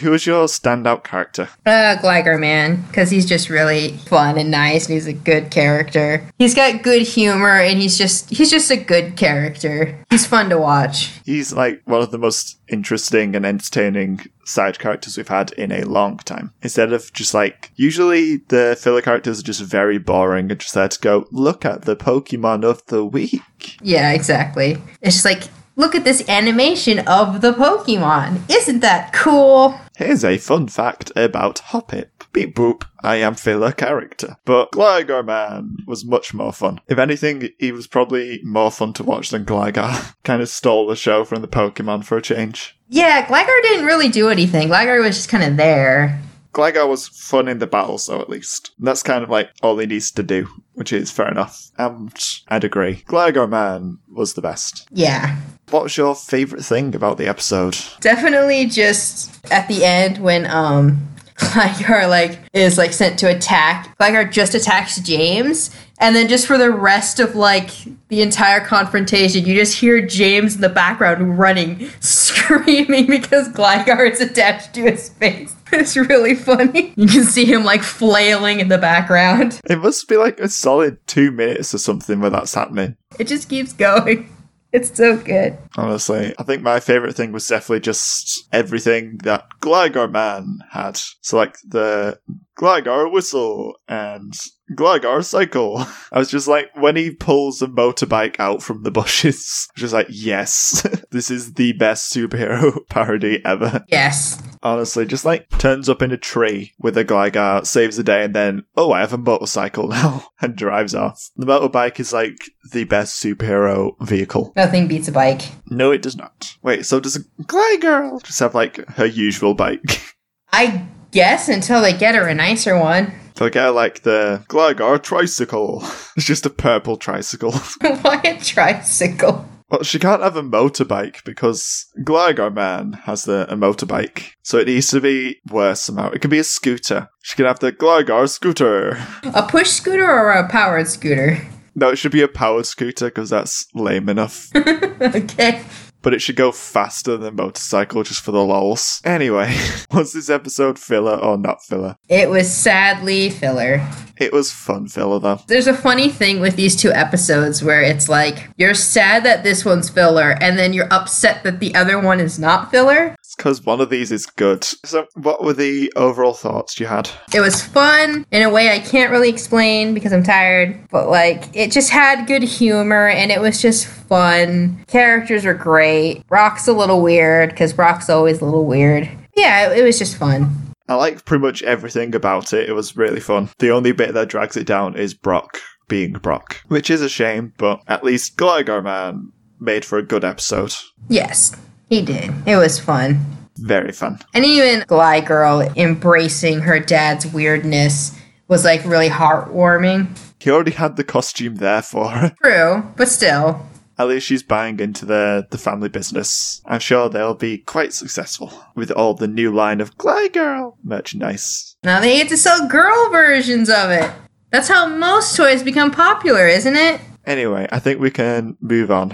A: who was your standout character?
B: Uh, Gligar Man, because he's just really fun and nice, and he's a good character. He's got good humor, and he's just he's just a good character. He's fun to watch.
A: He's like one of the most interesting and entertaining side characters we've had in a long time. Instead of just like, usually the filler characters are just very boring and just there to go, look at the Pokemon of the week.
B: Yeah, exactly. It's just like look at this animation of the Pokemon. Isn't that cool?
A: Here's a fun fact about Hoppip. Beep boop, I am filler character. But Gligar Man was much more fun. If anything, he was probably more fun to watch than Gligar. <laughs> kind of stole the show from the Pokemon for a change.
B: Yeah, Gligar didn't really do anything. Gligar was just kind of there.
A: Gligar was fun in the battles, though, at least. And that's kind of like all he needs to do, which is fair enough. And I'd agree. Gligar Man was the best.
B: Yeah,
A: What was your favourite thing about the episode?
B: Definitely just at the end when um <laughs> Gligar like is like sent to attack. Gligar just attacks James and then just for the rest of like the entire confrontation, you just hear James in the background running, <laughs> screaming because Gligar is attached to his face. <laughs> It's really funny. You can see him like flailing in the background. <laughs>
A: It must be like a solid two minutes or something where that's happening.
B: It just keeps going. It's so good.
A: Honestly, I think my favorite thing was definitely just everything that Gligar Man had. So like the Gligar whistle and Gligar cycle. <laughs> I was just like, when he pulls a motorbike out from the bushes, <laughs> just like, yes, <laughs> this is the best superhero <laughs> parody ever.
B: Yes.
A: Honestly, just like turns up in a tree with a Gligar, saves the day, and then, oh, I have a motorcycle <laughs> now, and drives off. The motorbike is like the best superhero vehicle.
B: Nothing beats a bike.
A: No, it does not. Wait, so does Glygirl just have like her usual bike? <laughs>
B: I guess until they get her a nicer one.
A: So I get like the Gligar tricycle. <laughs> It's just a purple tricycle. <laughs>
B: <laughs> Why a tricycle?
A: well, she can't have a motorbike because Gligar Man has the, a motorbike. So it needs to be worse somehow. It could be a scooter. She could have the Gligar scooter. <laughs>
B: A push scooter or a powered scooter? <laughs>
A: No, it should be a powered scooter because that's lame enough.
B: okay.
A: but it should go faster than motorcycle just for the lols. Anyway, <laughs> was this episode filler or not filler?
B: It was sadly filler.
A: It was fun filler though.
B: There's a funny thing with these two episodes where it's like you're sad that this one's filler and then you're upset that the other one is not filler.
A: It's because one of these is good. So, what were the overall thoughts you had?
B: It was fun in a way I can't really explain because I'm tired, but like it just had good humor and it was just fun. Characters were great. Brock's a little weird because Brock's always a little weird. Yeah, it, it was just fun.
A: I liked pretty much everything about it. It was really fun. The only bit that drags it down is Brock being Brock, which is a shame, but at least Gligar Man made for a good episode.
B: Yes, he did. It was fun.
A: Very fun.
B: And even Gly Girl embracing her dad's weirdness was like really heartwarming.
A: He already had the costume there for her. <laughs>
B: True, but still.
A: At least she's buying into the, the family business. I'm sure they'll be quite successful with all the new line of Girl merchandise.
B: Now they get to sell girl versions of it. That's how most toys become popular, isn't it?
A: Anyway, I think we can move on.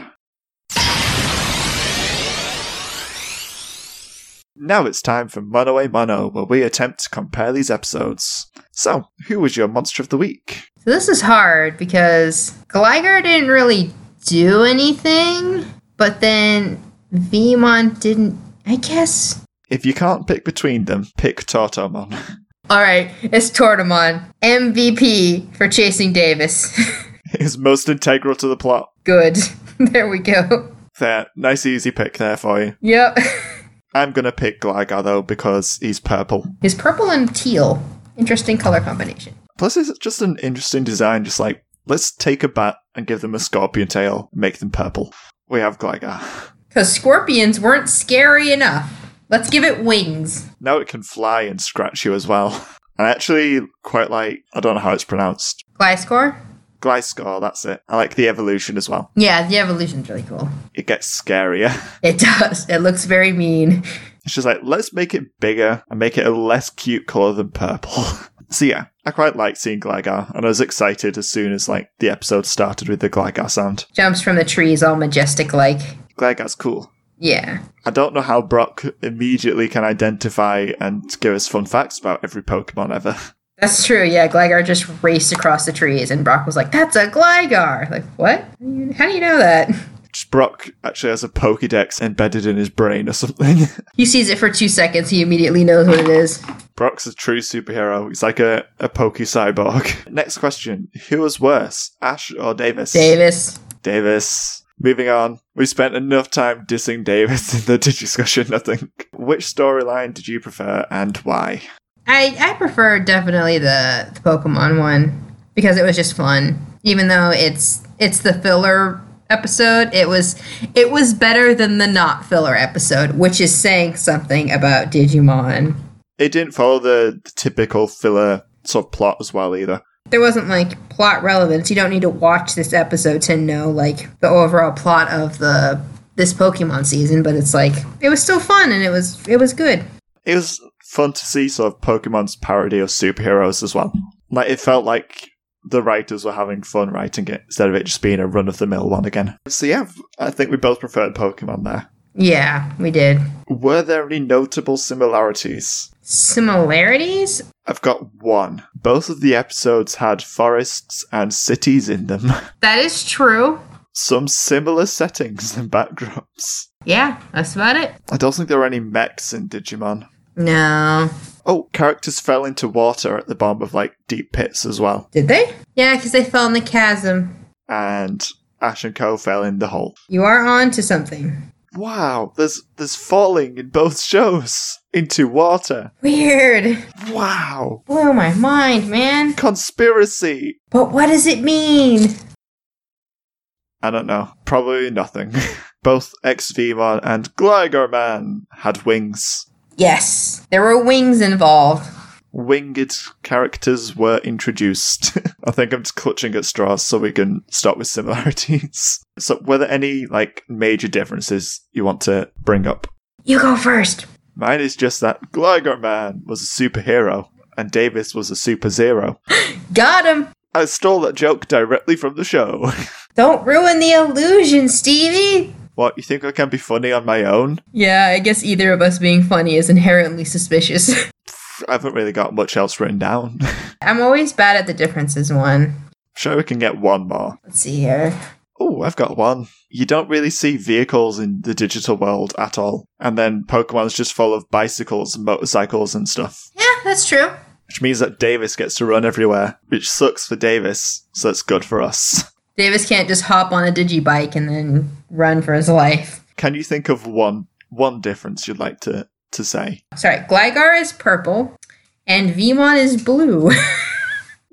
A: Now it's time for Mono a Mono, where we attempt to compare these episodes. So, who was your monster of the week?
B: So this is hard because Gligar didn't really do anything, but then Vemon didn't. I guess.
A: If you can't pick between them, pick Tortomon. <laughs>
B: All right, it's Tortomon, MVP for chasing Davis. <laughs>
A: it's most integral to the plot.
B: Good. <laughs> There we go.
A: There, nice easy pick there for you.
B: Yep.
A: I'm gonna pick Gligar though because he's purple.
B: It's purple and teal. Interesting color combination.
A: Plus, it's just an interesting design. Just like let's take a bat and give them a scorpion tail, make them purple. We have Gligar.
B: Because scorpions weren't scary enough. Let's give it wings.
A: Now it can fly and scratch you as well. <laughs> And I actually quite like, I don't know how it's pronounced.
B: Gliscor?
A: Gliscor, that's it. I like the evolution as well.
B: Yeah, the evolution's really cool.
A: It gets scarier. <laughs>
B: It <laughs> does. It looks very mean.
A: It's just like, let's make it bigger and make it a less cute colour than purple. <laughs> so yeah, I quite liked seeing Gligar, and I was excited as soon as like the episode started with the Gligar sound.
B: Jumps from the trees all majestic like.
A: Gligar's cool.
B: Yeah.
A: I don't know how Brock immediately can identify and give us fun facts about every Pokemon ever. <laughs>
B: That's true, yeah. Gligar just raced across the trees and Brock was like, That's a Gligar! Like, what? How do you- How do you know that? <laughs>
A: Just Brock actually has a Pokedex embedded in his brain or something. <laughs>
B: He sees it for two seconds, he immediately knows what it is.
A: Brock's a true superhero. He's like a, a pokey cyborg. <laughs> Next question. Who was worse, Ash or Davis?
B: Davis.
A: Davis. Moving on. We spent enough time dissing Davis <laughs> in the discussion, I think. Which storyline did you prefer and why?
B: I, I prefer definitely the, the Pokemon one because it was just fun. Even though it's it's the filler episode, it was it was better than the not filler episode, which is saying something about Digimon.
A: It didn't follow the, the typical filler sort of plot as well either.
B: There wasn't like plot relevance. You don't need to watch this episode to know like the overall plot of the this Pokemon season, but it's like it was still fun and it was it was good.
A: It was fun to see sort of Pokemon's parody of superheroes as well. Like it felt like the writers were having fun writing it instead of it just being a run of the mill one again. So yeah, I think we both preferred Pokemon there.
B: Yeah, we did.
A: Were there any notable similarities?
B: Similarities?
A: I've got one. Both of the episodes had forests and cities in them. <laughs>
B: That is true.
A: Some similar settings and backdrops.
B: Yeah, that's about it.
A: I don't think there were any mechs in Digimon.
B: No.
A: Oh, characters fell into water at the bottom of like deep pits as well.
B: Did they? Yeah, because they fell in the chasm.
A: And Ash and Co fell in the hole.
B: You are on to something.
A: Wow, there's there's falling in both <laughs> shows into water.
B: Weird.
A: Wow.
B: Blew my mind, man.
A: Conspiracy.
B: But what does it mean?
A: I don't know. Probably nothing. <laughs> Both Ex Vemon and Gligar Man had wings.
B: Yes, there were wings involved.
A: Winged characters were introduced. <laughs> I think I'm just clutching at straws so we can start with similarities. <laughs> so, were there any like major differences you want to bring up?
B: You go first.
A: Mine is just that Gligar Man was a superhero and Davis was a super zero.
B: Got him.
A: I stole that joke directly from the show. <laughs>
B: Don't ruin the illusion, Stevie.
A: What, you think I can be funny on my own?
B: Yeah, I guess either of us being funny is inherently suspicious. <laughs>
A: I haven't really got much else written down. <laughs>
B: I'm always bad at the differences one.
A: sure, we can get one more.
B: Let's see here.
A: Oh, I've got one. You don't really see vehicles in the digital world at all. And then Pokemon's just full of bicycles and motorcycles and stuff,
B: Yeah, that's true.
A: which means that Davis gets to run everywhere, which sucks for Davis, so it's good for us. <laughs>
B: Davis can't just hop on a digibike and then run for his life.
A: Can you think of one one difference you'd like to, to say?
B: Sorry, Gligar is purple and Vemon is blue. <laughs>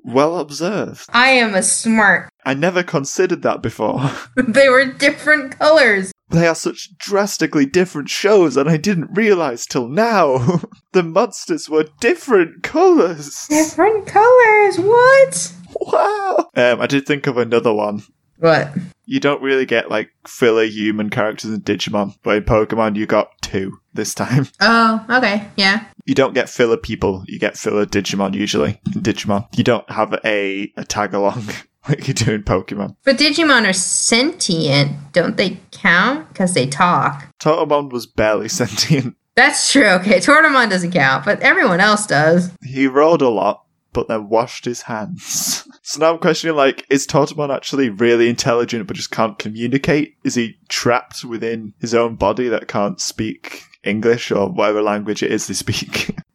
A: Well observed.
B: I am a smart. <laughs>
A: I never considered that before. <laughs>
B: they were different colors.
A: They are such drastically different shows, and I didn't realize till now <laughs> the monsters were different colors.
B: Different colors. What?
A: wow. Um, I did think of another one.
B: What?
A: You don't really get like filler human characters in Digimon, but in Pokemon you got two this time. <laughs>
B: Oh, okay. Yeah.
A: You don't get filler people, you get filler Digimon usually. In Digimon, you don't have a, a tag along <laughs> like you do in Pokemon.
B: But Digimon are sentient. Don't they count? Because they talk.
A: Totemon was barely <laughs> sentient.
B: That's true. Okay, Tortomon doesn't count, but everyone else does.
A: He rolled a lot, but then washed his hands. <laughs> so now I'm questioning like, is Totemon actually really intelligent but just can't communicate? Is he trapped within his own body that can't speak English or whatever language it is they speak? <laughs>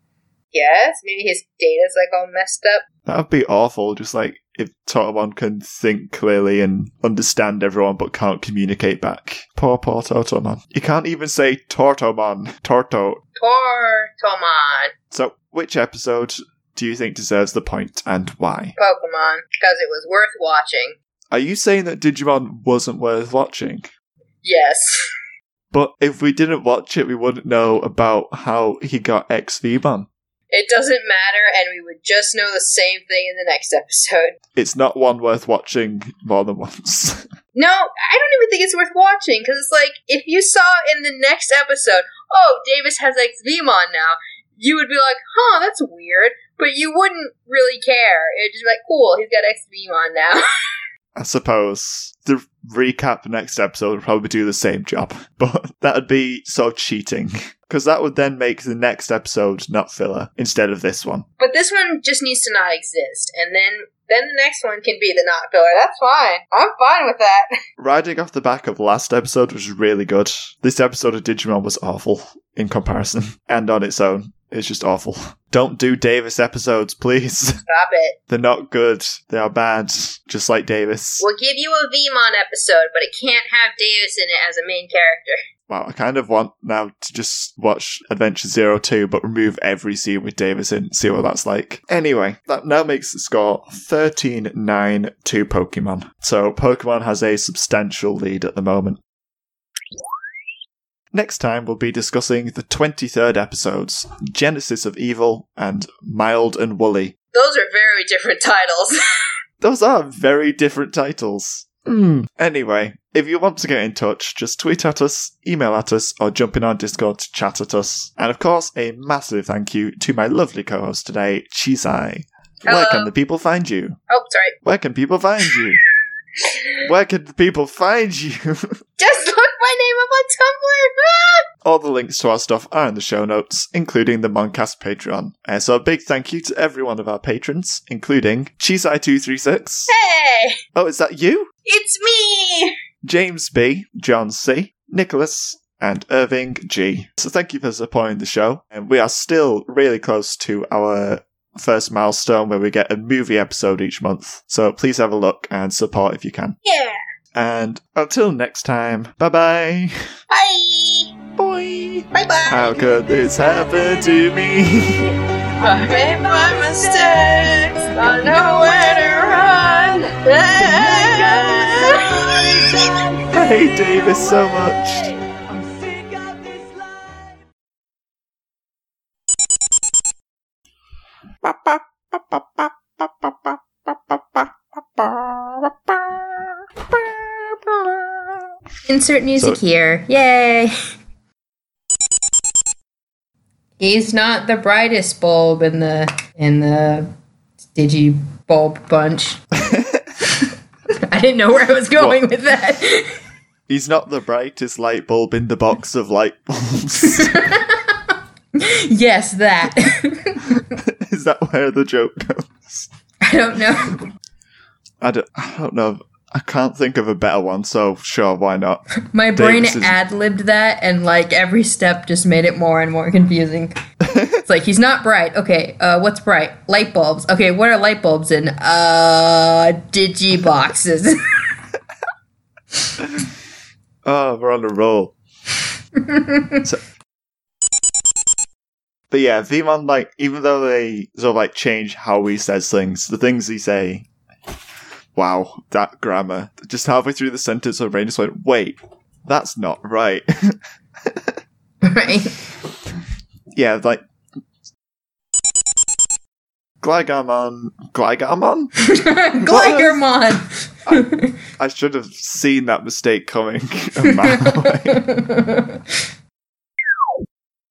B: Yes, maybe his data's like all messed up.
A: That would be awful. Just like if Totemon can think clearly and understand everyone but can't communicate back. Poor, poor Totemon. You can't even say Tortomon. Torto.
B: Tortomon,
A: So, which episode do you think deserves the point and why?
B: Pokemon, because it was worth watching.
A: Are you saying that Digimon wasn't worth watching?
B: Yes. <laughs>
A: But if we didn't watch it, we wouldn't know about how he got XVmon.
B: It doesn't matter, and we would just know the same thing in the next episode. <laughs>
A: It's not one worth watching more than <laughs> once.
B: No, I don't even think it's worth watching because it's like if you saw in the next episode, oh, Davis has XVmon now, you would be like, huh, that's weird, but you wouldn't really care. It'd just be like, cool, he's got XVmon now. <laughs>
A: I suppose the recap next episode would probably do the same job, <laughs> but that would be sort of cheating because that would then make the next episode not filler instead of this one.
B: but this one just needs to not exist, and then then the next one can be the not filler. That's fine. I'm fine with that. <laughs>
A: Riding off the back of last episode was really good. This episode of Digimon was awful in comparison <laughs> and on its own. It's just awful. Don't do Davis episodes, please. <laughs>
B: Stop it.
A: They're not good. They are bad, just like Davis.
B: We'll give you a Vemon episode, but it can't have Davis in it as a main character.
A: Wow, I kind of want now to just watch Adventure Zero Two, but remove every scene with Davis in, see what that's like. Anyway, that now makes the score 13 9 to Pokemon. So Pokemon has a substantial lead at the moment. Next time, we'll be discussing the 23rd episodes Genesis of Evil and Mild and Woolly.
B: Those are very different titles. <laughs>
A: Those are very different titles. Mm. Anyway, if you want to get in touch, just tweet at us, email at us, or jump in our Discord to chat at us. And of course, a massive thank you to my lovely co host today, Chisai. Where
B: Hello.
A: can the people find you?
B: oh, sorry.
A: Where can people find you? Where can the people find you? <laughs>
B: Just <laughs> look my name up on Tumblr.
A: All the links to our stuff are in the show notes, including the Moncast Patreon. Uh, so a big thank you to every one of our patrons, including Chisai236.
B: <laughs> hey,
A: Oh, is that you?
B: it's me.
A: James B, John C, Nicholas, and Irving G. So thank you for supporting the show. And we are still really close to our first milestone where we get a movie episode each month. So please have a look and support if you can.
B: Yeah.
A: And until next time, bye bye.
B: Bye.
A: Boy.
B: Bye bye.
A: How could this happen to me? <laughs>
B: I made my mistakes. I know where to run. <laughs>
A: I hate Davis so much.
D: I'm sick of this life.
B: Insert music
A: So-
B: here. Yay! He's not the brightest bulb in the in the digi
A: <laughs>
B: bulb bunch. I didn't know where I was going with that.
A: He's not the brightest light bulb in the box of light bulbs. <laughs>
B: yes, that. <laughs>
A: Is that where the joke goes?
B: I don't know.
A: I don't, <sighs> I don't know. I can't think of a better one, so sure, why not?
B: My brain
A: Davis is-
B: ad libbed that, and like every step just made it more and
A: <laughs>
B: more confusing. it's like he's not bright. Okay, uh, what's bright? Light bulbs. Okay, what are light bulbs in? Uh, digi boxes. <laughs>
A: Oh, we're on a roll. so, but yeah, Vemon, like, even though they sort of like change how he says things, the things he say, wow, that grammar. Just halfway through the sentence, my brain just went, wait, that's not right. <laughs>
B: right?
A: yeah, like. Gligarmon. Gligarmon?
B: <laughs> Glygermon.
A: <laughs>
B: <laughs>
A: I should have seen that mistake coming a mile away.